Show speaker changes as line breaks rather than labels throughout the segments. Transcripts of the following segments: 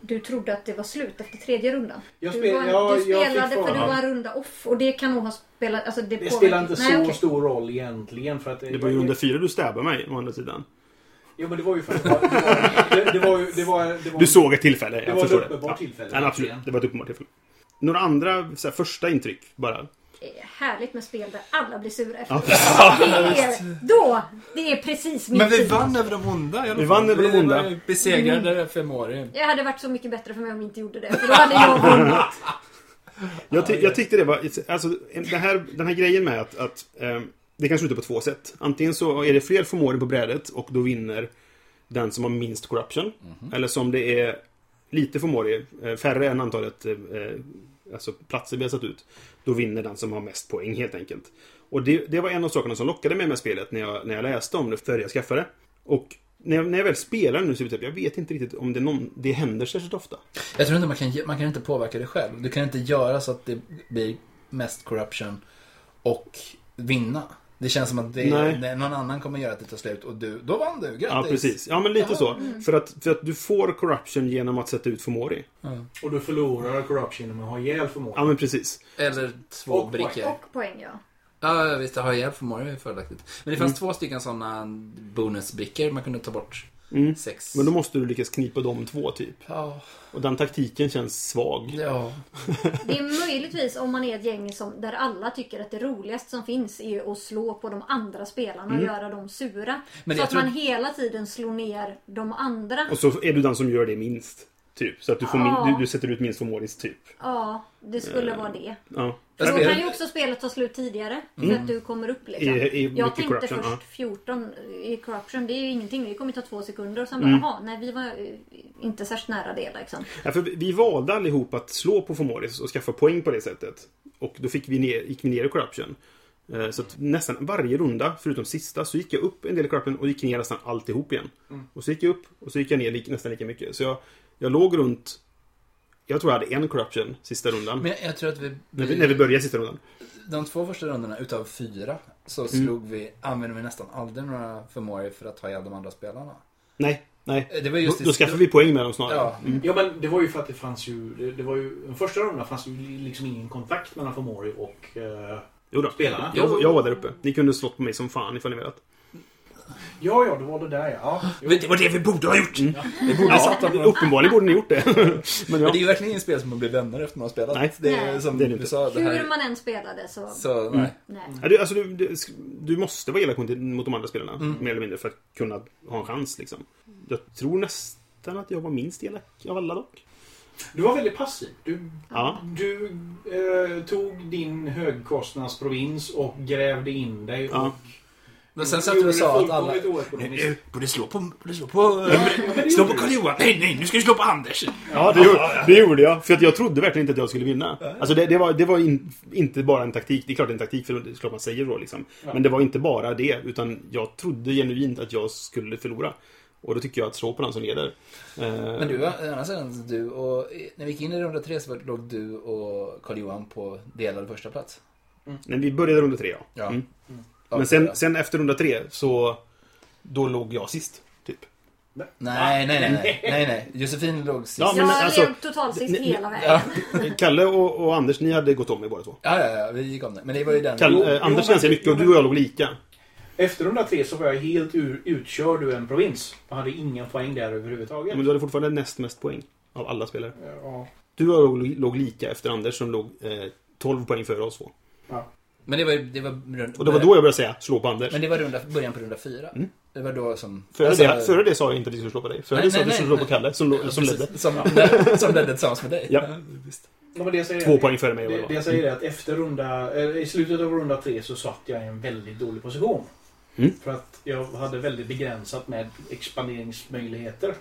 du trodde att det var slut efter tredje rundan.
Jag,
Du, var,
spel, jag,
du
jag
spelade
fick
för du
för
var en runda off och det kan nog ha spelat... Alltså, det
Det
påverkar-
spelar inte
Nej,
så
okej.
stor roll egentligen. För att,
Det var ju under fyra du stäbbade mig, å andra sidan.
Ja, men det var ju för att det var... Det, det var ju... Det var, det var,
Du såg ett tillfälle, jag
det var ett
förstår
uppenbart
det.
tillfälle.
Ja, nej, absolut. Det var ett uppenbart tillfälle. Några andra så här, första intryck bara?
Eh, Härligt med spel där alla blir sura efter. det är, då! Det är precis min
Men vi
tid.
vann över de onda. i alla fall.
Vi vann över de
Vi
onda. Mm.
var besegrade Femori.
Jag hade varit så mycket bättre för mig om vi inte gjorde det. För då hade jag vunnit.
Jag, ty- jag tyckte det var... Alltså, en- det här, den här grejen med att... att ehm, det kan sluta på två sätt. Antingen så är det fler förmåner på brädet och då vinner den som har minst corruption. Eller som det är lite Fomori, eh, färre än antalet eh, eh, alltså platser vi har satt ut, då vinner den som har mest poäng helt enkelt. Och det, det var en av sakerna som lockade mig med spelet när jag, när jag läste om det före jag skaffade. Och när jag, när jag väl spelar nu så är det typ, jag vet inte riktigt om det, någon, det händer särskilt ofta.
Jag tror inte man kan, ge- man kan inte påverka det själv. Du kan inte göra så att det blir mest corruption och vinna. Det känns som att det
Nej.
är, det är någon annan kommer göra att det tar slut och du, då vann du. Grattis!
Ja, precis. Ja, men lite
Jaha,
så. För, att, för att du får corruption genom att sätta ut Fomori.
Och du förlorar corruption om man har ihjäl
Ja,
förmågan.
men precis.
Eller två
Och poäng.
brickor.
Och poäng ja.
Ja, visst. Har hjälp för Mario är fördelaktigt. Men det fanns två stycken sådana bonusbrickor man kunde ta bort.
Mm.
Sex.
Men då måste du lyckas knipa de två, typ.
Ja,
Och den taktiken känns svag.
ja.
Det är möjligtvis om man är ett gäng som, där alla tycker att det roligaste som finns är att slå på de andra spelarna
Mm.
och göra dem sura.
Men
så
jag
att
tror-
man hela tiden slår ner de andra.
Och så är du den som gör det minst. Typ. Så att du, får
Ja.
min, du, du sätter ut minst Fomoris, typ.
Ja, det skulle vara det.
Ja.
Jag
Då
spelar-
kan ju också spelet ta slut tidigare. För att du kommer upp liksom.
Mm. I- i mycket
jag tänkte
corruption,
först
ja.
14 i corruption. Det är ju ingenting. Det kommer ju ta två sekunder. Och sen bara,
Mm.
jaha, nej vi var eh, inte särskilt nära det liksom.
Ja, för vi- vi valde allihop att slå på Fomoris och skaffa poäng på det sättet. Och då fick vi ner, gick vi ner i corruption. Eh, Så att nästan varje runda, förutom sista, så gick jag upp en del i corruption och gick ner nästan alltihop igen.
Mm.
Och så gick jag upp och så gick jag ner lik- nästan lika mycket. Så jag, jag låg runt... Jag tror jag hade en corruption sista rundan.
Men jag tror att vi...
när, vi, när vi började sista rundan.
De två första rundorna utav fyra så slog vi, använde vi nästan aldrig några förmågor för att ta ihjäl de andra spelarna. Eh,
Nej, nej.
Det var
Då,
just det-
då skaffade vi poäng med dem snarare.
Ja,
Ja, men det var ju för att det fanns ju... Det, det var ju den första rundan fanns ju liksom ingen kontakt mellan Fomori och... Eh,
Jo då.
Spelarna?
Jag, jag var där uppe. Ni kunde slått på mig som fan ifall ni velat.
ja, ja, det var det där ja. ja. Jo.
Det var det vi borde ha gjort! Vi Mm. borde ha
Ja,
satt dem på-
uppenbarligen borde ni gjort det. Men
Men
ja.
det är ju verkligen inget spel som man blir vänner efter man har spelat.
Nej.
det är som
Det är det
du
inte.
sa. Det här,
Hur man än spelade så...
Så, nej.
Nej.
Ja, du, alltså, du, du, du måste vara elak mot, mot de andra spelarna,
Mm.
mer eller mindre, för att kunna ha en chans. Liksom. Jag tror nästan att jag var minst elak av alla dock.
Du var väldigt passiv. Du,
Ja.
du eh, tog din högkostnadsprovins och grävde in dig.
Ja.
Och
Men sen satt du och sa att alla...
fullkomligt oekonomiskt.
Borde slå på... Borde slå på... Slå på Karl-Johan! Nej, nej, nu ska du slå på Anders!
Ja, det, gjorde, det gjorde jag. För att jag trodde verkligen inte att jag skulle vinna. Alltså, det, det var, det var in, inte bara en taktik. Det är klart det är en taktik, för det är klart man säger så. Liksom. Men det var inte bara det, utan jag trodde genuint att jag skulle förlora. Och då tycker jag att slå på den som leder. Eh,
Men du, å andra sidan, du och... När vi gick in i runda tre så var- låg du och Karl-Johan på delad första plats.
Nej, vi började runda tre, ja.
Ja.
Mm.
Ja,
Men sen,
ja.
sen efter runda tre, så... Då låg jag sist, typ.
Nej, nej, nej, nej, nej, nej. Josefin låg sist.
Ja,
Ja,
men
jag
alltså-
levde totalt sist
ni-
hela vägen.
Eh, Kalle och, och Anders, ni hade gått om er båda två.
ja, ja, vi gick om det. Men det var ju den...
Kalle,
Jo,
eh,
jo,
Anders
men-
ganska mycket och du och jag låg lika.
Efter de där tre så var jag helt ur, utkörd ur en provins. Jag hade ingen poäng där överhuvudtaget.
Men du hade fortfarande näst mest poäng av alla spelare.
Ja.
Du och jag låg, låg lika efter Anders som låg eh, 12 poäng före oss två.
Men det var ju... Det var runda,
Och det var då Mm. jag började säga slå på Anders.
Men det var runda, början på runda fyra. Det var då som...
Före,
alltså-
det, före det sa jag inte att vi skulle slå på dig. Före
Nej,
det sa jag att vi
nej,
skulle slå
nej,
på Kalle som, lå- som
Precis,
ledde.
Som, som ledde tillsammans med dig.
Ja.
visst.
Ja, men det jag säger
Två poäng före mig.
Det,
Det,
det jag säger är att efter runda, eller i slutet av runda tre så satt jag i en väldigt dålig position.
Mm.
För att jag hade väldigt begränsat med expanderingsmöjligheter.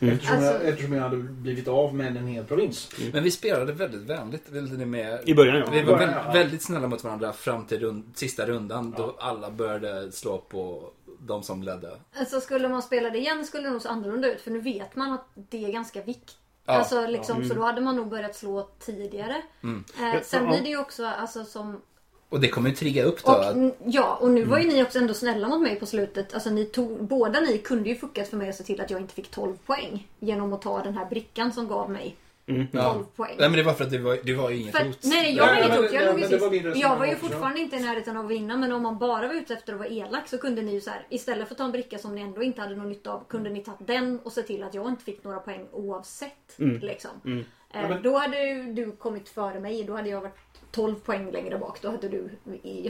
Mm.
Eftersom, jag,
Alltså-
eftersom jag hade blivit av med en hel provins.
Men vi spelade väldigt vänligt. Vill ni med?
I början, ja.
Vi var
Ja, ja, ja.
väldigt, väldigt snälla mot varandra fram till rund, sista rundan då alla började slå på de som ledde.
Alltså skulle man spela det igen skulle det nog se annorlunda ut för nu vet man att det är ganska viktigt.
Ja.
Alltså, liksom, Så då hade man nog börjat slå tidigare. Eh, sen
ja.
blir det ju också alltså, som...
Mm. Och det kommer ju trigga upp då.
Och,
att,
n- ja, och nu var ju ni också ändå snälla mot mig på slutet. Alltså, ni tog, båda ni kunde ju fuckat för mig och se till att jag inte fick 12 poäng. Genom att ta den här brickan som gav mig 12
ja.
poäng.
Nej men det var för att det var, det var ju inget
För,
hot.
nej, jag var
Nej,
inget
men-
hot. Jag
nej,
låg ju
men det var din
sist. Jag var ju
resonemang också.
fortfarande inte i närheten av att vinna. Men om man bara var ute efter att vara elak så kunde ni ju så här. Istället för att ta en bricka som ni ändå inte hade någon nytta av. Kunde ni tagit den och se till att jag inte fick några poäng oavsett.
Mm.
Liksom. Eh,
Ja, men-
Då hade ju du kommit före mig. Då hade jag varit 12 poäng längre bak. Då hade, du,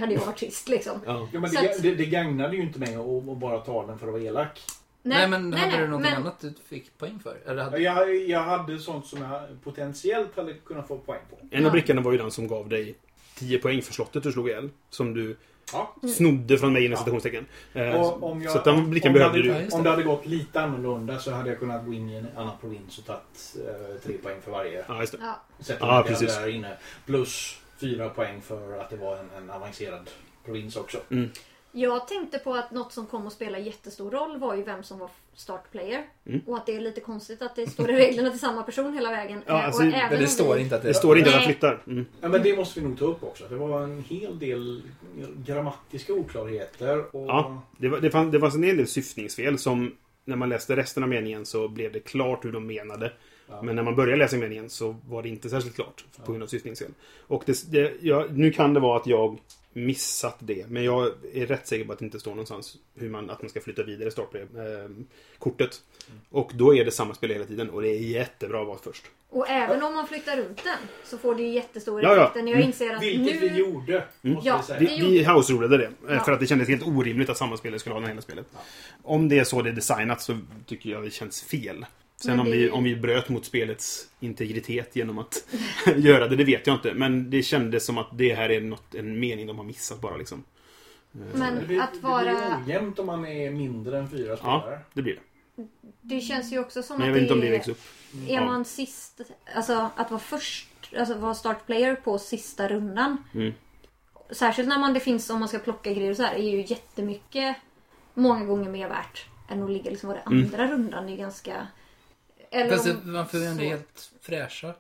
hade jag varit sist liksom.
ja.
Ja, men
Så
det,
att-
det, det gagnade ju inte mig att, att bara ta den för att vara elak.
Nej, men hade
nej,
du någonting
men-
annat du fick poäng för? Eller hade...
Jag, jag hade sånt som jag potentiellt hade kunnat få poäng på.
En av brickorna var ju den som gav dig 10 poäng för slottet du slog ihjäl. Som du
Ja.
snodde från mig inom citationstecken. Eh,
Och om jag,
så att den blicken
om det
behövde
hade,
du.
Ja, just det.
Om det hade gått lite annorlunda så hade jag kunnat gå in i en annan provins och tagit eh, tre poäng för varje.
Ja, just det.
Ja.
Sätt
Ja,
ah,
precis.
där inne. Plus fyra poäng för att det var en, en avancerad provins också.
Jag tänkte på att något som kom att spela jättestor roll var ju vem som var startplayer.
Mm.
Och att det är lite konstigt att det står i reglerna till samma person hela vägen.
Ja,
Eh,
alltså,
och
men
Men
även
det
om
står
vi-
inte att det
Det står inte att han
Nej.
flyttar. Mm.
Ja, men det måste vi nog ta upp också. Det var en hel del grammatiska oklarheter. Och...
Ja. Det, var, det, fanns, det fanns en hel del syftningsfel som när man läste resten av meningen så blev det klart hur de menade.
Ja.
Men när man började läsa meningen så var det inte särskilt klart på grund av syftningsfel. Och det, det, jag, nu kan det vara att jag missat det, men jag är rätt säker på att det inte står någonstans hur man, att man ska flytta vidare startkortet. Och då är det samma spel hela tiden och det är jättebra att vara först.
Och även om man flyttar runt den så får det ju jättestora
Ja, ja.
effekter. När jag
Mm.
inser att
Vilket
nu...
vi gjorde, måste
Ja,
vi säga.
Vi,
det gjorde
vi house-rulade det. eh,
Ja.
För att det kändes helt orimligt att samma spelare skulle ha den hela spelet. Om det är så det är designat så tycker jag det känns fel. Sen
Men
om,
det-
vi, om vi bröt mot spelets integritet genom att göra det, det vet jag inte. Men det kändes som att det här är något, en mening de har missat bara liksom.
Det blir,
Men att
det
vara...
blir ojämnt om man är mindre än fyra
Ja,
spelare.
det blir det.
Det känns ju också som
Men jag
att
vet inte om det liksom-
det
vägs
är...
upp.
Är
Ja.
man sist... Alltså att vara först... Alltså vara startplayer på sista rundan.
Mm.
Särskilt när man det finns, om man ska plocka grejer och så här, är ju jättemycket många gånger mer värt än att ligga liksom var det
Mm.
andra rundan. Det är ju ganska... Eller
Fast det,
om-
varför är det ändå
så.
helt fräscha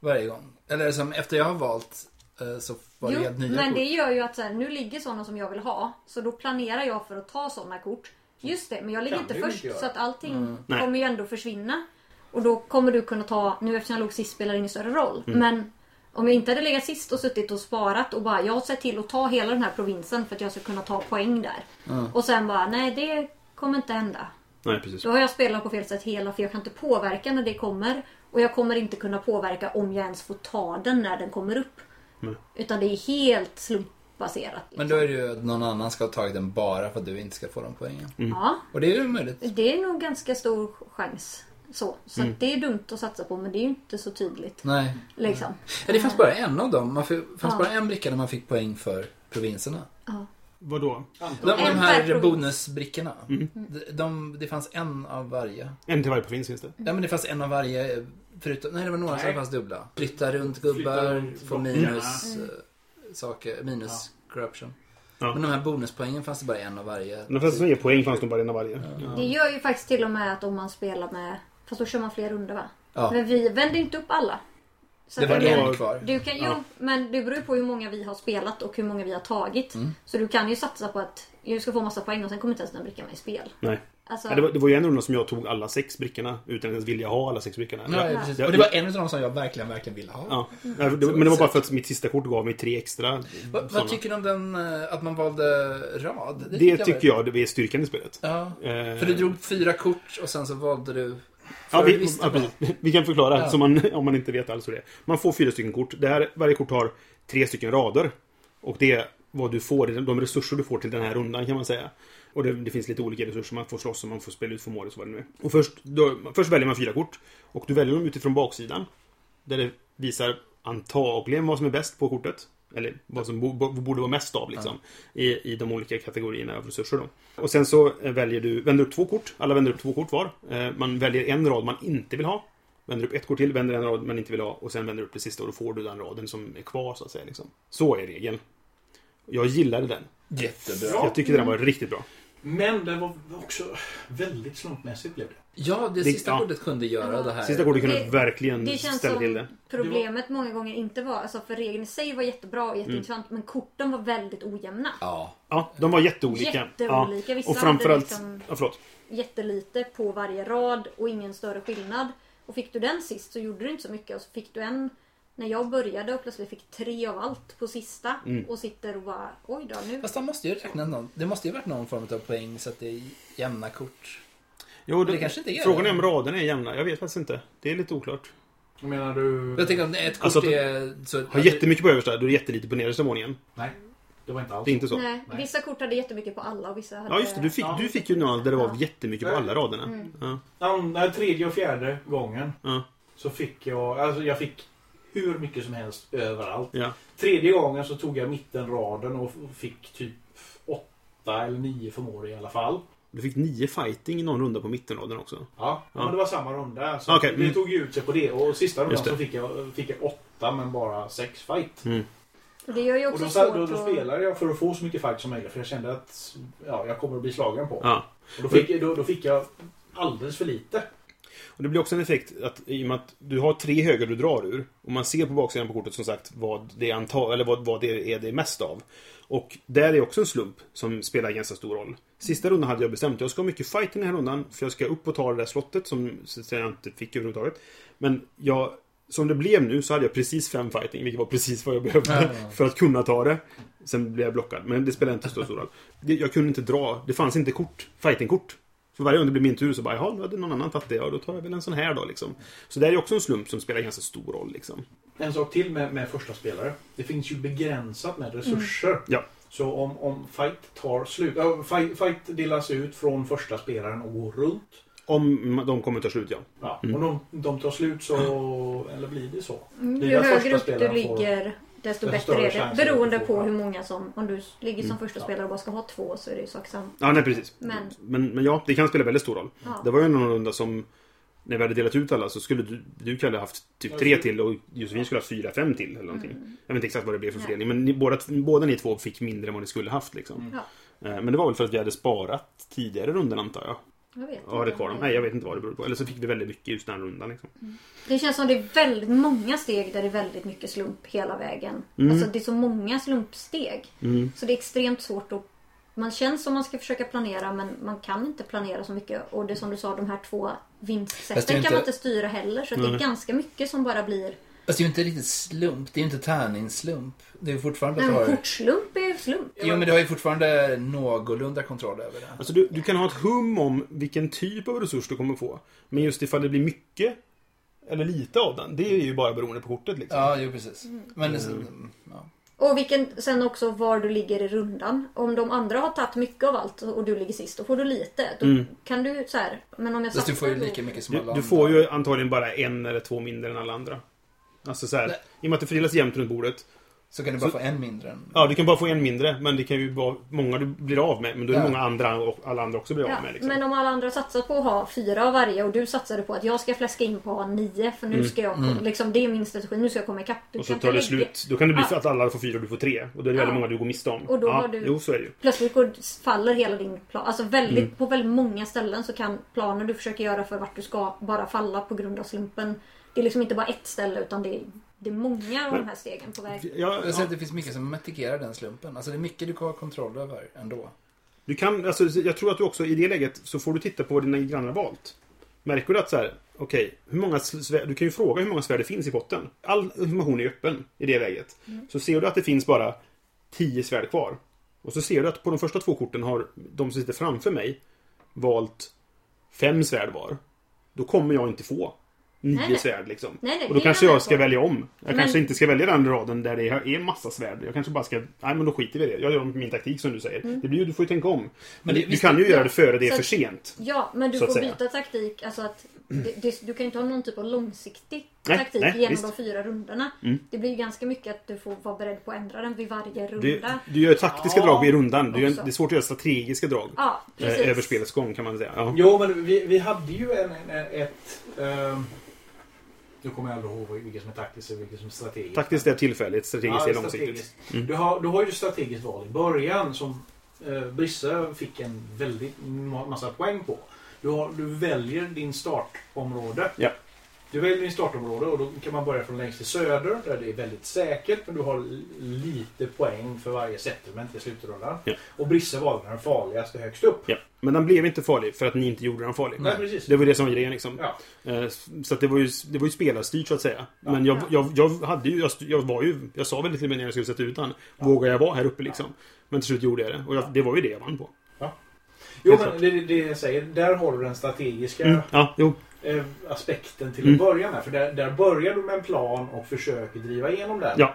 varje gång? Eller som efter jag har valt eh, så var det
Jo,
helt nya
men
kort.
det gör ju att så här, nu ligger sådana som jag vill ha. Så då planerar jag för att ta sådana kort. Just det, men jag ligger
Kan
inte
du ju
först.
inte göra.
så att allting
Mm.
Nej.
kommer ju ändå försvinna. Och då kommer du kunna ta, nu eftersom jag låg sist spelar det ingen större roll.
Mm.
Men om jag inte hade legat sist och suttit och sparat och bara jag har sett till att ta hela den här provinsen för att jag ska kunna ta poäng där.
Mm.
Och sen bara nej det kommer inte hända.
Nej, precis.
Då har jag spelat på fel sätt hela för jag kan inte påverka när det kommer. Och jag kommer inte kunna påverka om jag ens får ta den när den kommer upp.
Mm.
Utan det är helt slumpbaserat.
Men då är det ju att någon annan ska ha tagit den bara för att du inte ska få de poängen.
liksom. Ja,
Och det är ju möjligt.
det är nog ganska stor chans. Så, så
Mm.
att det är dumt att satsa på men det är ju inte så tydligt.
Nej.
Liksom.
Ja, det fanns bara en av dem. Man fick, fanns
Ja.
bara en bricka där man fick poäng för provinserna.
Vadå?
De, de
En per
här
provins.
bonusbrickorna. De, de, det fanns en av varje.
En till varje provins finns det.
Ja men det fanns en av varje. eh, Förutom, nej det var några som
Nej.
fanns dubbla. Flytta runt
Flytta
gubbar,
runt
få
block.
minus eh, saker, minus corruption.
Ja.
Men de här bonuspoängen fanns det bara en av varje.
De flesta som ger poäng fanns nog bara en av varje.
Det gör ju faktiskt till och med att om man spelar med... Fast då kör man fler runder va?
Ja,
Men vi vänder ju inte upp alla. Så
det
att
var
du kan-
en kvar.
Du kan, jo,
Ja.
men det beror ju på hur många vi har spelat och hur många vi har tagit.
Mm.
Så du kan ju satsa på att du ska få massa poäng och sen kommer inte ens den brickan med i spel.
Nej.
Alltså,
Ja, det, var, det var ju en runda som jag tog alla sex brickorna utan att ens vilja ha alla sex brickorna.
Ja,
Jag-
precis.
jag-
Och det var en av dem som jag verkligen, verkligen ville ha.
Ja, Nej, det, men det var bara för att mitt sista kort gav mig tre extra.
Vad, vad
sådana.
tycker du om den, eh, att man valde rad?
det tycker jag det är styrkan i spelet.
var- Ja.
Eh,
För du drog fyra kort och sen så valde du... För
ja,
du
vi,
visste
ja,
bara-
precis. vi kan förklara
Ja.
så man, om man inte vet alls hur det är. Man får fyra stycken kort. Det här, varje kort har tre stycken rader. Och det är vad du får, de resurser du får till den här rundan kan man säga. Och det, det finns lite olika resurser. Man får slåss och man får spela ut förmågor och så vad det nu är. Och först, då, först väljer man fyra kort. Och du väljer dem utifrån baksidan. Där det visar antagligen vad som är bäst på kortet. Eller vad som bo, bo, borde vara mest av liksom. I, I de olika kategorierna av resurser då. Och sen så eh, väljer du, vänder upp två kort. Alla vänder upp två kort var. Eh, Man väljer en rad man inte vill ha. Vänder upp ett kort till, vänder en rad man inte vill ha. Och sen vänder du upp det sista och då får du den raden som är kvar så att säga. Liksom. Så är regeln. Jag gillade den.
Jättebra.
Jag tyckte den var riktigt bra.
Men det var också väldigt slumpmässigt blev det.
Ja, det,
Det-
sista
ja.
kortet kunde göra det här.
Sista kortet kunde
Det-
verkligen
det känns
ställa till det.
som problemet många gånger inte var, alltså för regeln i sig var jättebra och jätteintressant men korten var väldigt ojämna.
Ja.
Mm. Ja, de var jätteolika.
Jätteolika.
Ja.
Vissa
Och
hade
framförallt...
liksom-
Ja, förlåt.
Jättelite på varje rad och ingen större skillnad. Och fick du den sist så gjorde du inte så mycket och så fick du en när jag började och plötsligt fick tre av allt på sista
Mm.
och sitter och bara oj då nu.
Fast han måste ju räkna någon, det måste ju varit någon form av poäng så att det är jämna kort.
Jo,
det kanske inte är
Frågan
det.
är om raderna är jämna. Jag vet faktiskt inte. Det är lite oklart.
Jag menar du...
Jag tänker om ett kort
Alltså att-
är... Så,
Har jättemycket på översta, då är det jättelite på nedersta våningen.
Nej, det var inte alls.
Det är inte så.
Nej,
Nej.
vissa kort hade jättemycket på alla och vissa hade...
Ja, just det. Du fick,
Ja.
du fick ju några där det var jättemycket på
Ja.
alla raderna. Ja.
Andra, tredje och fjärde gången
Ja.
så fick jag... Alltså jag fick hur mycket som helst överallt.
Ja.
Tredje gången så tog jag mittenraden och f- fick typ åtta eller nio förmågor i alla fall.
Du fick nio fighting i någon runda på mittenraden också.
Ja,
Ja.
men det var samma runda. Så
Okej,
Det
mm.
tog ju ut sig på det. Och sista rundan
Just det.
så fick jag, fick jag åtta men bara sex fight.
Och det gör ju
Och
också
då, sa-
svårt
då, då
att-
spelade jag för att få så mycket fight som möjligt för jag kände att ja, jag kommer att bli slagen på.
Ja.
Och då fick, då, då fick jag alldeles för lite.
Och det blir också en effekt att i och med att du har tre höger du drar ur och man ser på baksidan på kortet som sagt vad det, anta, eller vad, vad det är det är mest av. Och där är också en slump som spelar ganska stor roll. Sista rundan hade jag bestämt jag ska ha mycket fight i den här rundan för jag ska upp och ta det där slottet som sen jag inte fick överhuvudtaget. Men jag, som det blev nu så hade jag precis fem fighting vilket var precis vad jag behövde för att kunna ta det. Sen blev jag blockad men det spelar inte så stor roll. Det- Jag kunde inte dra, det fanns inte kort, fightingkort. För varje gång det blir min tur så bara, jaha, nu hade någon annan tagit det. Ja, då tar jag väl en sån här då liksom. Så det här är också en slump som spelar ganska stor roll liksom.
En sak till med, med första spelare. Det finns ju begränsat med resurser.
Mm. Ja.
Så om, om fight tar slut, äh, fight, fight delas ut från första spelaren och går runt.
Om de kommer ta slut, ja.
Ja, och om de, de tar slut så, eller blir det så?
Mm,
Det är
Ju
där första
högre upp du
spelaren får-
ligger desto
desto
bättre
större
är
chans
det.
att Mm. du
Beroende
får,
på
ja.
hur många som... Om du ligger som första spelare och bara ska ha två så är det ju sak samma.
Ja, nej precis.
Men-
men, men ja, det kan spela väldigt stor roll.
Ja.
Det var ju någon runda som när vi hade delat ut alla så skulle du, du Kalle haft typ tre till och Josefin skulle ha fyra, fem till eller någonting. Jag vet inte exakt vad det blev för
Mm. Nej.
fördelning men ni, båda, båda ni två fick mindre än vad ni skulle haft
Mm.
liksom. Eh, Men det var väl för att vi hade sparat tidigare runden antar jag.
Jag vet
Ja, det
inte.
kvar dem. Nej, jag vet inte vad det beror på. Eller så fick vi väldigt mycket just den här rundan liksom.
Mm. Det känns som det är väldigt många steg där det är väldigt mycket slump hela vägen.
Mm.
Alltså det är så många slumpsteg. Så det är extremt svårt att... Man känns som man ska försöka planera men man kan inte planera så mycket. Och det är som du sa, de här två
Fast det är
vinstsätten
inte-
kan man inte styra heller. Så att det är ganska mycket som bara blir...
Fast det är ju inte riktigt slump. Det är ju inte tärningsslump. Det är ju fortfarande att du
Men
har...
kortslump är ju slump.
Jo, men du har ju fortfarande någorlunda kontroll över det.
Alltså du, du kan ha ett hum om vilken typ av resurs du kommer få. Men just ifall det blir mycket eller lite av den, det är ju bara beroende på kortet liksom.
Ja, jo precis. Men
Mm.
ja.
Och vilken, sen också var du ligger i rundan. Om de andra har tagit mycket av allt och du ligger sist, då får du lite. Då
Mm.
kan du så här, men om jag
Fast du får ju
satsar då-
lika mycket som alla
Du, du
andra.
får ju antagligen bara en eller två mindre än alla andra. Alltså så här,
Nej.
i och med att det fördelas jämnt runt bordet.
Så kan du bara
så-
få en mindre än...
Ja, du kan bara få en mindre, men det kan ju vara många du blir av med. Men då är det
Ja.
många andra och alla andra också blir
Ja,
av med. Liksom.
Men om alla andra satsar på att ha fyra av varje och du satsade på att jag ska fläska in på att ha nio för nu ska jag liksom, det är min strategi, nu ska jag komma ikapp. Du
Mm. och så
kan
tar
inte
det
lägga-
slut. Då kan det bli
Ja.
så att alla får fyra och du får tre. Och då är det
Ja.
väldigt många du går miste om.
Och då
ja,
har du-
Jo, så är det ju.
Plötsligt går, faller hela din plan. Alltså väldigt,
Mm.
på väldigt många ställen så kan planen du försöker göra för vart du ska bara falla på grund av slumpen. Det är liksom inte bara ett ställe utan det är, det är många av de här stegen på väg.
Ja,
Jag säger att det finns mycket som mitigerar den slumpen. Alltså det är mycket du kan ha kontroll över ändå.
Du kan, alltså, jag tror att du också i det läget så får du titta på vad dina grannar har valt. Märker du att så här, okej, hur många svärd, du kan ju fråga hur många svärd det finns i potten. All information är öppen i det läget. Så ser du att det finns bara 10 svärd kvar. Och så ser du att på de första två korten har de som sitter framför mig valt fem svärd var. Då kommer jag inte få nio
Nej, nej.
svärd liksom.
Nej, nej,
och då
det är
kanske
jag
jag
med
ska
på.
välja om. Jag
Men-
kanske inte ska välja den raden där det är massa svärd. Jag kanske bara ska, nej men då skiter vi i det. Jag gör min taktik som du säger. Det blir ju, du får ju tänka om. Men du, du kan ju göra det före det är
Mm. Så-
för sent.
Ja, men du
Så att
får
säga.
byta taktik. Alltså att det, det, du kan inte ha någon typ av långsiktig
Nej,
taktik
nej,
genom
visst. Mm.
de fyra rundorna. Det blir ju ganska mycket att du får vara beredd på att ändra den vid varje
Du,
runda.
du gör taktiska drag i rundan. Du gör,
också.
det är svårt att göra strategiska drag.
Ja,
eh,
precis.
över spelets gång kan man säga. Ja.
Jo, men vi, vi hade ju en, en, ett... ehm, nu kommer jag aldrig ihåg vilket som är taktiskt och vilket som är strategiskt.
Taktiskt är tillfälligt,
Ja,
strategiskt Mm. är långsiktigt.
strategiskt. Du, har, du har ju strategiskt val i början som eh, Brisse fick en väldigt ma- massa poäng på. Du, har, du väljer din startområde.
Ja.
Du väljer din startområde och då kan man börja från längst till söder där det är väldigt säkert men du har l- lite poäng för varje settlement i slutrundan.
Ja.
Och Brisse valde den farligaste högst upp.
Ja. Men den blev inte farlig för att ni inte gjorde den farlig.
Nej, precis.
Det var det som var grejen liksom.
Ja.
Eh, Så att det var ju, det var ju spelarstyrt så att säga. Men jag, jag, jag hade ju, jag, st- jag var ju, jag sa väldigt till mig när jag skulle sätta ut den. Vågar jag vara här uppe liksom? Men till slut gjorde jag det. Och jag, det var ju det jag vann på.
Jo,
Helt Mm.
men det, det jag säger, där har du den strategiska
Ja,
Mm.
jo.
eh, aspekten
Mm.
till att börja med. För där, där börjar du med en plan och försöker driva igenom den.
Ja.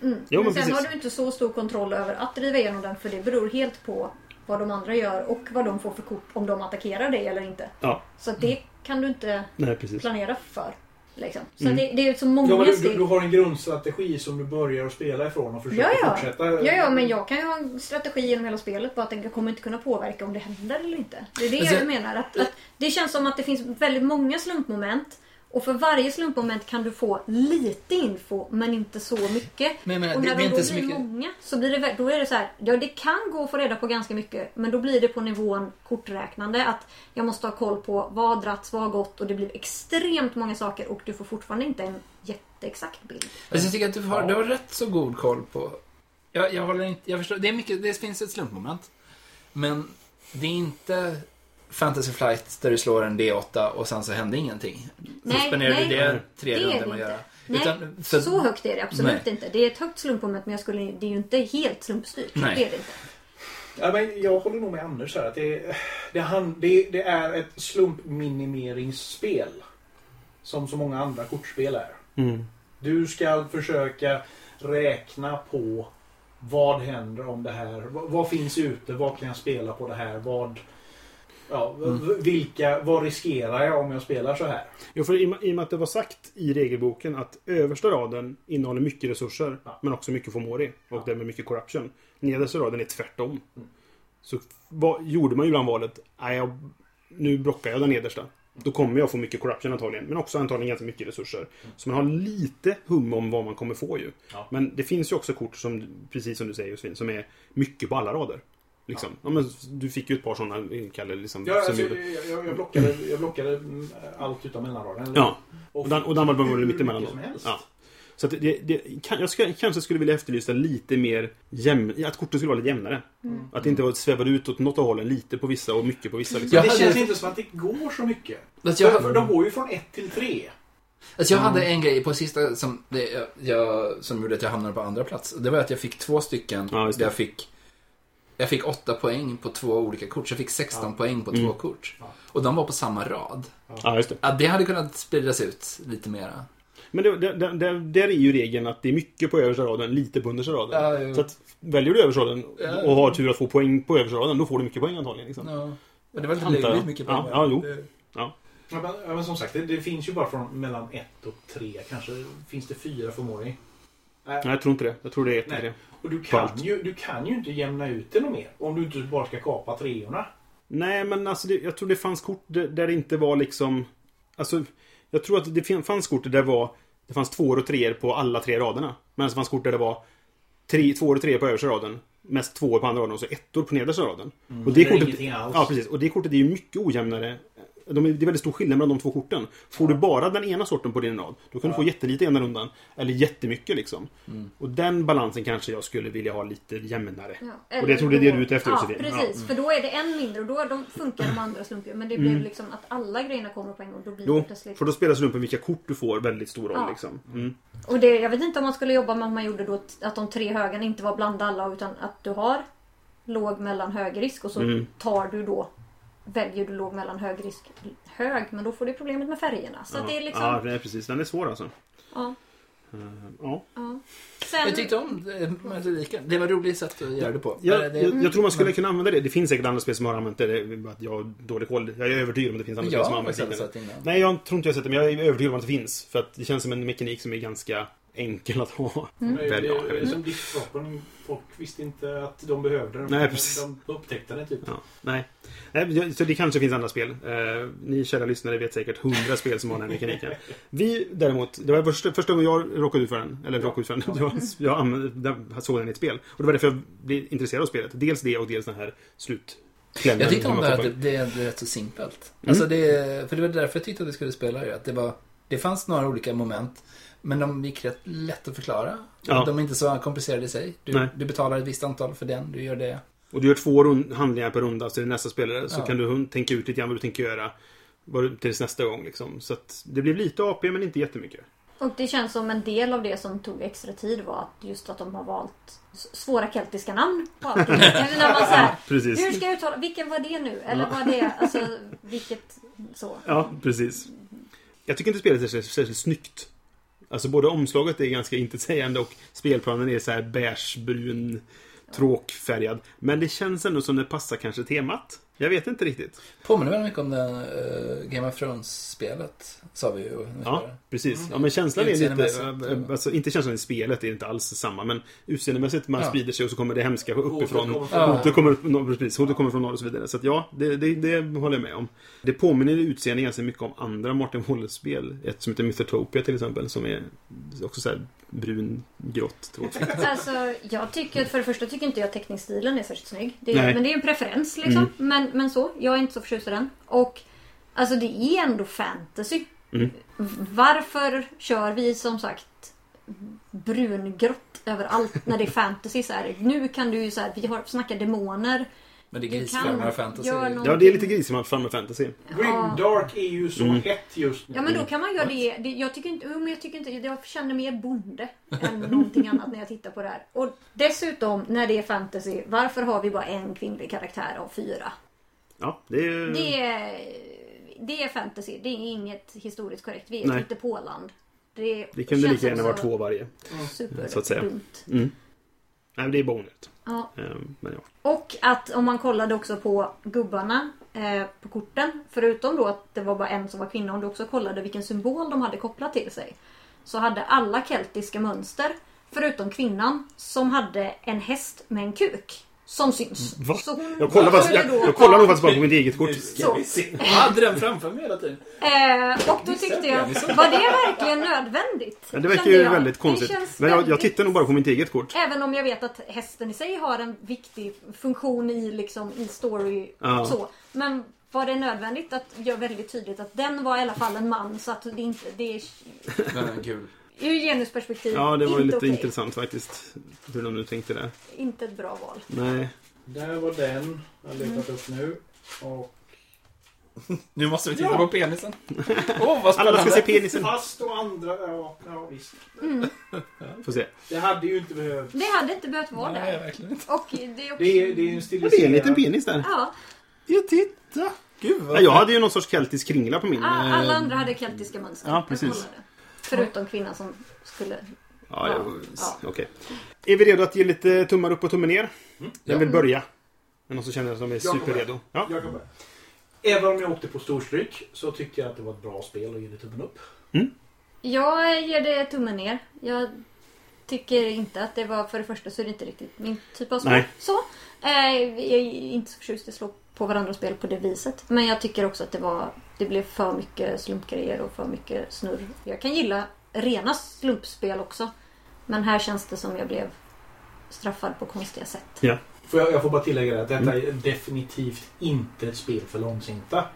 Jo, men
men sen har
precis.
du inte så stor kontroll över att driva igenom den för det beror helt på vad de andra gör och vad de får för kort om de attackerar dig eller inte.
Ja,
Så att det kan du inte
nej precis.
planera för. Liksom. Så
Mm.
att det, det är så många
Ja, men du, du,
steg.
du har en grundstrategi som du börjar att spela ifrån och försöker
Ja, ja.
eh,
fortsätta.
Ja, ja, men jag kan ju ha en strategi genom hela spelet. Bara att jag kommer inte kunna påverka om det händer eller inte. Det är det
Men sen-
jag menar. Att, att det känns som att det finns väldigt många slumpmoment. Och för varje slumpmoment kan du få lite info, men inte så mycket.
Men jag menar,
och
det,
när
det är
de
inte
då
så
blir
mycket...
många så blir det, väl- då är det så här, ja det kan gå att få reda på ganska mycket men då blir det på nivån korträknande att jag måste ha koll på vad har dratts, vad har gått och det blir extremt många saker och du får fortfarande inte en jätteexakt bild.
Alltså, jag tycker att du har, du har rätt så god koll på... Jag, jag håller inte... Jag förstår. Det, är mycket, det finns ett slumpmoment. Men det är inte Fantasy Flight där du slår en D8 och sen så hände ingenting. Så
Nej,
spenderar
nej,
du det tre
det är
runder
det
med att göra.
Nej,
Utan-
så, högt är det absolut
Nej.
inte. Det är ett högt slumpmoment men jag skulle, det är ju inte helt slumpstyrt.
Nej.
Det är det inte.
Ja, men jag håller nog med Anders här. Att det, det, han, det, det är ett slumpminimeringsspel. Som så många andra kortspel är.
Mm.
Du ska försöka räkna på vad händer om det här? Vad, vad finns ute? Vad kan jag spela på det här? Vad, ja, v- vilka, vad riskerar jag om jag spelar så här?
Jo, för i, och med- i och med att det var sagt i regelboken att översta raden innehåller mycket resurser
Ja.
men också mycket Fomori och
Ja.
därmed mycket corruption. Nedersta raden är tvärtom.
Mm.
Så vad, gjorde man ju ibland valet, nej, jag, nu blockar jag den nedersta. Då kommer jag få mycket corruption antagligen, men också antagligen ganska mycket resurser. Så man har lite hum om vad man kommer få ju.
Mm. Ja.
Men det finns ju också kort som, precis som du säger Josefin, som är mycket på alla rader. Liksom. Ja. men du fick ju ett par sådana, Kalle, liksom,
Ja,
som
alltså,
gjorde...
jag, jag, jag, blockade, jag blockade mm, allt utan mellanraden.
Ja. Och den, och den var
Hur
bungalow
mycket
mitt emellan då.
som helst.
Ja. Så att det, det, kan, jag ska, kanske skulle vilja efterlysa lite mer jämn, att korten skulle vara lite jämnare.
Mm.
Att det inte var- svävar ut åt något av hållen lite på vissa och mycket på vissa. Liksom.
Jag
det
hade-
känns inte som att det går så mycket.
Alltså,
För,
jag,
för de går ju från ett till tre.
alltså, jag hade en grej på sista som, det, jag- jag, som gjorde att jag hamnade på andra plats. Det var att jag fick två stycken
Ja, just det.
där jag fick... Jag fick åtta poäng på två olika kort, så jag fick 16 poäng på två kort. Och de var på samma rad.
Ja, just det.
Ja, det hade kunnat spridas ut lite mera.
Men det, det, det, det, där är ju regeln att det är mycket på översta raden, lite på understa raden.
Ja, jo.
Så att väljer du översta raden
Ja.
och har tur att få poäng på översta raden, då får du mycket poäng antagligen. Liksom.
Ja. Och det var lite
Antar jag.
löjligt mycket pengar. Eh,
Ja, ja, jo.
Det-
Ja, men, ja, men som sagt, det, det finns ju bara från mellan ett och tre. Kanske finns det fyra förmodligen.
Nej, jag tror inte det. Jag tror det är ett
Nej.
till tre.
Och du
Allt.
kan, ju, du kan ju inte jämna ut det något mer. Om du inte bara ska kapa treorna.
Nej, men alltså det, jag tror det fanns kort där- där det inte var liksom... Alltså, jag tror att det fin- fanns kort där det var... Det fanns tvåor och treor på alla tre raderna. Men det fanns kort där det var tre, tvåor och treor på översta raden. Mest tvåor på andra raden och så ettor på nedersta raden. och det
Eller
kortet...
ingenting alls.
Ja, precis. Och det kortet är ju mycket ojämnare. De är, det är väldigt stor skillnad mellan de två korten. Får du bara den ena sorten på din rad, då kan du få jättelite ena rundan. Eller jättemycket liksom.
Mm.
Och den balansen kanske jag skulle vilja ha lite jämnare.
Ja,
och
eller
det tror jag det är
då-
du är ute efter
Ja,
Josefin. Ja. Mm.
precis. För då är det en mindre och då de funkar de andra slumpen. Men det blir liksom att alla grejerna kommer på en gång. Då blir det
Jo,
plötsligt...
för då spelar slumpen vilka kort du får väldigt stor roll.
Ja.
Liksom. Mm.
Och det, jag vet inte om man skulle jobba med att man gjorde då t- att de tre högarna inte var bland alla utan att du har låg, mellan, hög risk och så
Mm.
tar du då väljer du låg, mellan, hög risk, hög men då får du problemet med färgerna. Så att det är liksom...
Ja,
Ja.
nej, precis. Den är svår alltså. Eh,
ja.
Ja.
Sen,
Jag tyckte om eh, metodiken. Det var roligt sätt att göra det på.
Jag,
Men det- Mm.
jag, jag tror man skulle kunna använda det. Det finns säkert andra spel som har använt det. det. är bara att Jag har dålig koll. Jag är övertygad om att det finns andra spel
Jag
som har
har
använt
faktiskt aldrig
det.
sett innan.
Nej, jag tror inte jag har sett det, men jag är övertygad om att det finns. För att det känns som en mekanik som är ganska enkel att ha.
Mm.
Mm.
Det,
Väl, ja, jag vet
det, det är
inte.
som diskproppen. Folk visste inte att de behövde den.
Nej, precis.
De upptäckte den typ.
Ja, nej. nej. jag- Så det kanske finns andra spel. Eh, ni kära lyssnare vet säkert hundra spel som har den här mekaniken. Vi däremot, det var första, första gången jag råkade ut för den. Eller råkade ut för den. Jag, jag, använde, jag såg den i ett spel. Och det var därför jag blev intresserad av spelet. Dels det och dels den här slutklämmen.
Jag tyckte om
som
det här typ- att
stoppar
det,
in.
det är rätt så simpelt.
Mm.
Alltså det, för det var därför jag tyckte att vi skulle spela det. Att det, var, det fanns några olika moment. Men de gick rätt lätt att förklara.
Ja.
De är inte så komplicerade i sig. Du,
Nej.
du betalar ett visst antal för den, du gör det.
Och du gör två rund, handlingar per runda till nästa spelare. Så
Ja.
kan du hun- tänka ut lite grann vad du tänker göra. Vad du- Tills nästa gång liksom. Så att det blev lite AP men inte jättemycket.
och det känns som en del av det som tog extra tid var att just att de har valt s- svåra keltiska namn på allting. Eller när man så här,
Precis.
hur ska jag uttala, vilken var det nu? Eller var det, alltså vilket så.
Ja, precis. Mm. Jag tycker inte spelet är särskilt, särskilt snyggt. Alltså både omslaget är ganska intetsägande och spelplanen är så här beigebrun tråkfärgad. Men det känns ändå som det passar kanske temat. Jag vet inte riktigt.
Påminner väldigt mycket om den eh, Game of Thrones-spelet, sa vi ju.
Ja, precis. Ja, men känslan är lite...
Utseendemässigt.
eh, Alltså, inte känslan i spelet är inte alls samma, men utseendemässigt man
Ja.
sprider sig och så kommer det hemska uppifrån.
Hotet
Ja.
Hotet kommer, från norr, precis, hotet kommer från norr och så vidare. Så att ja, det, det, det håller jag med om. Det påminner i utseende ganska mycket om andra Martin Wallace-spel. Ett som heter Mythotopia till exempel, som är också så här brun, grått, tråkigt.
Alltså, jag tycker, för det första tycker inte jag teckningsstilen är särskilt snygg. Det är,
Nej.
men det är ju en preferens liksom.
Mm.
Men, men så, jag är inte så förtjust i den. Och alltså det är ändå fantasy.
Mm.
Varför kör vi som sagt brungrått överallt när det är fantasy? Så här? Nu kan du ju så här, vi har snackat demoner.
Men det är
Du
grisflammar
kan
fantasy.
göra någon-
Ja, det är lite grisigt fan med fantasy.
Grimdark är ju så
Mm.
hett just nu.
Ja men då kan man göra det. det jag, tycker inte, jo, men jag, tycker inte, jag känner mer bonde än någonting annat när jag tittar på det här. Och dessutom, när det är fantasy, varför har vi bara en kvinnlig karaktär av fyra?
Ja, det är...
Det är, det är fantasy. Det är inget historiskt korrekt. Vi är
Nej.
ett Påland. Det,
Det kunde
känns
lika gärna vara
också
två varje.
Superdumt.
så att säga. Mm. Nej, men det är bara onödigt.
Ja.
Ehm, Men ja.
Och att om man kollade också på gubbarna eh, på korten. Förutom då att det var bara en som var kvinna. Om du också kollade vilken symbol de hade kopplat till sig. Så hade alla keltiska mönster. Förutom kvinnan som hade en häst med en kuk. Som syns.
Va?
Så hon
Jag kollar, faktiskt,
skulle
jag,
då
jag kollar nog
ha-
faktiskt bara på mitt eget kort.
Så.
Jag hade den framför mig hela tiden.
Eh, och då tyckte jag, var det verkligen nödvändigt?
Ja, det verkar
Kände
ju
jag.
väldigt
Det
konstigt.
känns
Men jag, jag
väldigt-
tittar nog bara på mitt eget kort.
Även om jag vet att hästen i sig har en viktig funktion i, liksom, i story.
Ja.
Så. Men var det nödvändigt att göra väldigt tydligt att den var i alla fall en man så att det inte... Det är
Den är kul.
ur genusperspektiv
Ja, det var ju
inte
lite
okej.
intressant faktiskt. Hur de nu tänkte där.
Inte ett bra val.
Nej.
Där var den. Jag har letat upp nu. Och
Nu måste vi
titta
på penisen. Åh, vad
Alla ska se penisen.
fast och andra... Ja, ja, visst.
Mm.
Får se.
Det hade ju inte behövt.
Det hade inte behövt vara
Nej,
där.
verkligen inte.
Och det är också...
Det är, det är en
Ja, det är en
stiliserad...
liten penis där.
Ja,
Ja, titta!
Gud,
Ja, jag hade ju någon sorts keltisk kringla på min.
a- Ah, alla
eh,
andra hade keltiska mönster.
ja,
Jag
precis.
kollade. Förutom kvinnan som skulle...
Ja, jag-
Ja.
Okej. Är vi redo att ge lite tummar upp och tummen ner? Jag vill
Ja.
börja. Men någon som känner att de är
kommer.
superredo. Ja.
Jag kan börja. Även om jag åkte på storstryk så tyckte jag att det var ett bra spel och ger det tummen upp.
Jag ger det tummen ner. Jag tycker inte att det var... För det första så är det inte riktigt min typ av spel.
Nej.
Så. Eh, jag är inte så förtjust i att slå på varandra spel på det viset. Men jag tycker också att det var... Det blev för mycket slumpgrejer och för mycket snurr. Jag kan gilla rena slumpspel också. Men här känns det som jag blev straffad på konstiga sätt.
Får jag, jag får bara tillägga det att detta
Mm.
är definitivt inte ett spel för långsinta.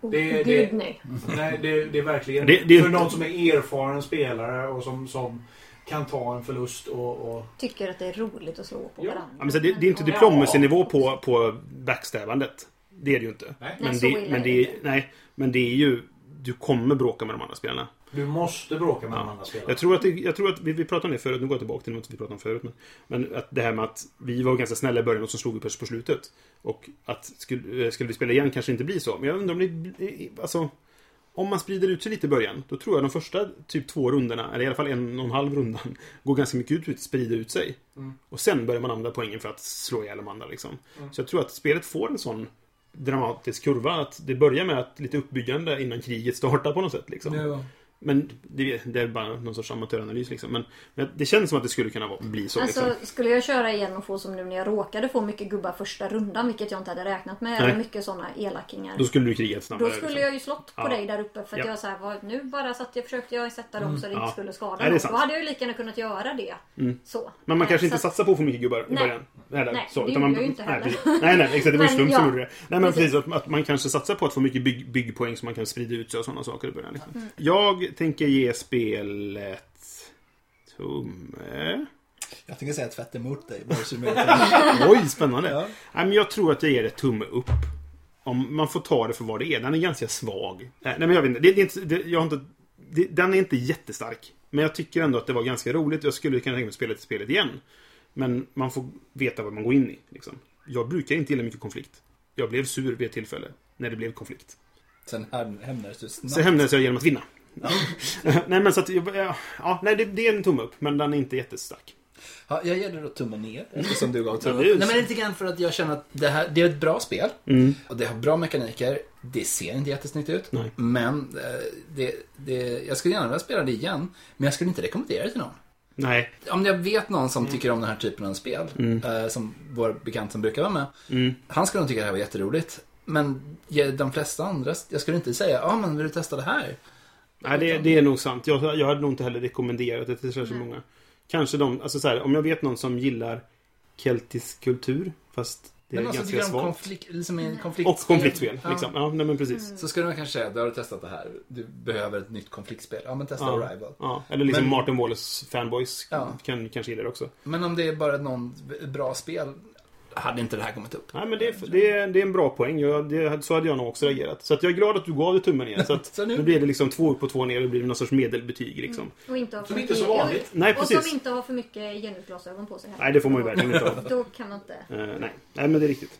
Oh,
Det-
gud
det-
nej.
Nej, det, det är verkligen
Mm. Det- det-
för någon som är erfaren spelare och som, som kan ta en förlust och... och
Tycker att det är roligt att slå på
Ja.
varandra.
Ja, men så det, det är inte
Men-
diplomacy-nivå på, på backstabbandet. Det är det ju inte.
Nej.
Men
Nej, så
det,
illa
men
är
det,
det
är- nej, men det är ju... Du kommer bråka med de andra spelarna.
du måste bråka med
Ja.
de andra spelarna.
Jag tror att, det, jag tror att vi, vi pratade om det förut, nu går jag tillbaka till något vi pratade om förut. Men, men att det här med att vi var ganska snälla i början och så slog vi på på slutet. Och att skulle, eh, skulle vi spela igen kanske inte blir så. Men jag undrar om det... eh, Alltså, om man sprider ut sig lite i början, då tror jag de första typ två rundorna, eller i alla fall en och en halv rundan, går ganska mycket ut på att sprida ut sig.
Mm.
Och sen börjar man använda poängen för att slå ihjäl de andra. Liksom. Så jag tror att spelet får en sån dramatisk kurva. Att det börjar med att lite uppbyggande innan kriget startar på något sätt. Liksom.
Ja.
Men det, det är bara någon sorts amatöranalys liksom. Men, men det känns som att det skulle kunna vara, bli så.
Alltså,
liksom.
Skulle jag köra igen och få som nu när jag råkade få mycket gubbar första rundan, vilket jag inte hade räknat med,
Nej.
eller mycket sådana elakingar.
Då
Då,
skulle du kriga snabbare.
skulle
liksom.
jag ju slått på
Ja.
dig där uppe för att
Ja. Mm,
jag så här, var, nu bara satt jag, försökte jag sätta dem så det inte
Ja.
skulle skada
Nej, det är
någon.
sant. Mm.
Då hade jag ju lika gärna kunnat göra det. Så.
Men man
Eh,
kanske
så
inte
att-
satsar på för mycket gubbar i
Nej.
början. Eller,
Nej,
så,
det
utan man,
gjorde jag ju inte heller.
Nej, precis. nej, nej, exakt. Det var en
Men,
slump som
ja.
gjorde det. Nej, men
Precis.
precis. att, att man kanske satsar på att få mycket bygg, byggpoäng så man kan sprida ut sig och sådana saker i början. Liksom.
Mm.
Jag tänker ge spelet... Tumme...
Jag tänker säga tvärt emot dig. Bara så du vet.
Oj, spännande!
Ja.
Nej, men jag tror att jag ger det tumme upp. Om man får ta det för vad det är. Den är ganska svag. Eh, Nej, men jag vet inte. Det, det, är inte- det, jag har inte det, den är inte jättestark. Men jag tycker ändå att det var ganska roligt. Jag skulle kunna tänka mig att spela till spelet igen. Men man får veta vad man går in i. Liksom. Jag brukar inte gilla mycket konflikt. Jag blev sur vid ett tillfälle. När det blev konflikt.
Sen häm- hämnades du
Sen
snabbt.
hämnades jag genom att vinna. nej, men så att... jag- Ja, ja, nej, det, det är en tumme upp. Men den är inte jättestark.
Ja, jag ger det då tummen ner, eftersom du gav tummen
Ja, det är
upp.
ju
Nej,
så.
men lite grann för att jag känner att det här det är ett bra spel.
Mm.
Och det har bra mekaniker. Det ser inte jättesnyggt ut.
Nej.
Men eh, det, det, jag skulle gärna vilja spela det igen. Men jag skulle inte rekommendera det till någon.
Nej.
Om jag vet någon som tycker om den här typen av spel,
Mm.
eh, som vår bekant som brukar vara med,
Mm.
han skulle nog tycka det här var jätteroligt. Men ge- de flesta andra, jag skulle inte säga ja ah, men vill du testa det här?
Nej,
Liksom.
det, det är nog sant. Jag, jag hade nog inte heller rekommenderat det till särskilt många. Kanske de, alltså så här, om jag vet någon som gillar keltisk kultur, fast det är
men alltså,
ganska
tycker de om
svagt.
konflikt, liksom
Mm.
en konflikt
Och konfliktspel,
Ja.
liksom. Ja, nej men precis.
Så skulle man kanske säga, du har testat det här, du behöver ett nytt konfliktspel. Ja men testa
Ja.
Arrival.
Ja, eller liksom
Men-
Martin Wallace fanboys
Ja.
kan kanske gilla det också.
Men om det är bara någon bra spel, hade inte det här kommit upp.
Nej, men det, är- det, är- det är en bra poäng. Jag, det, så hade jag nog också reagerat. Så att jag är glad att du gav det tummen igen. Så att
Så
nu...
nu-
blir det liksom två upp och två ner. Det blir någon sorts medelbetyg liksom.
Och inte har för
Som inte är
mycket-
så vanligt.
Nej,
Mm. Och
precis.
som inte har för mycket genusglasögon på sig heller.
Nej, det får man ju verkligen inte ha.
Då kan man inte.
Eh, nej. nej, men det är riktigt.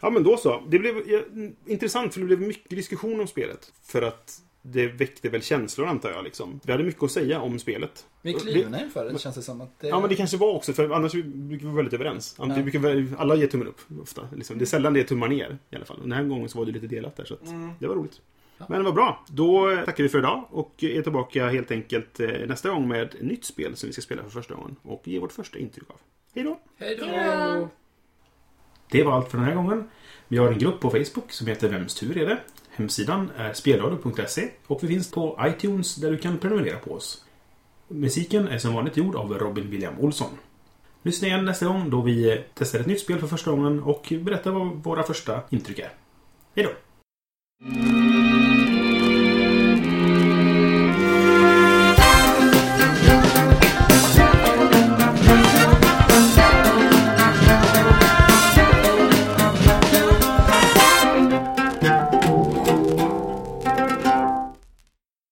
Ja, men då så. Det blev ja, mm, intressant för det blev mycket diskussion om spelet. För att det väckte väl känslor antar jag liksom. Vi hade mycket att säga om spelet.
Vi är
Och det-
kluvna inför det, känns det som att det...
Ja, men det kanske var också, för annars brukar vi vara väldigt överens. Ant-
Ja.
Vi brukar, väl- alla ger tummen upp, ofta. Liksom. Det är sällan det är tummar ner, i alla fall. Och Den här gången så var det lite delat där, så att det var roligt. Men det var bra. Då eh, tackar vi för idag och är tillbaka helt enkelt eh, nästa gång med ett nytt spel som vi ska spela för första gången och ge vårt första intryck av. Hej då!
Hej då!
Hej då!
Det var allt för den här gången. Vi har en grupp på Facebook som heter Vems tur är det? Hemsidan är spelradio.se och vi finns på iTunes där du kan prenumerera på oss. Musiken är som vanligt gjord av Robin William Olsson. Lyssna igen nästa gång då vi testar ett nytt spel för första gången och berättar vad våra första intryck är. Hej då!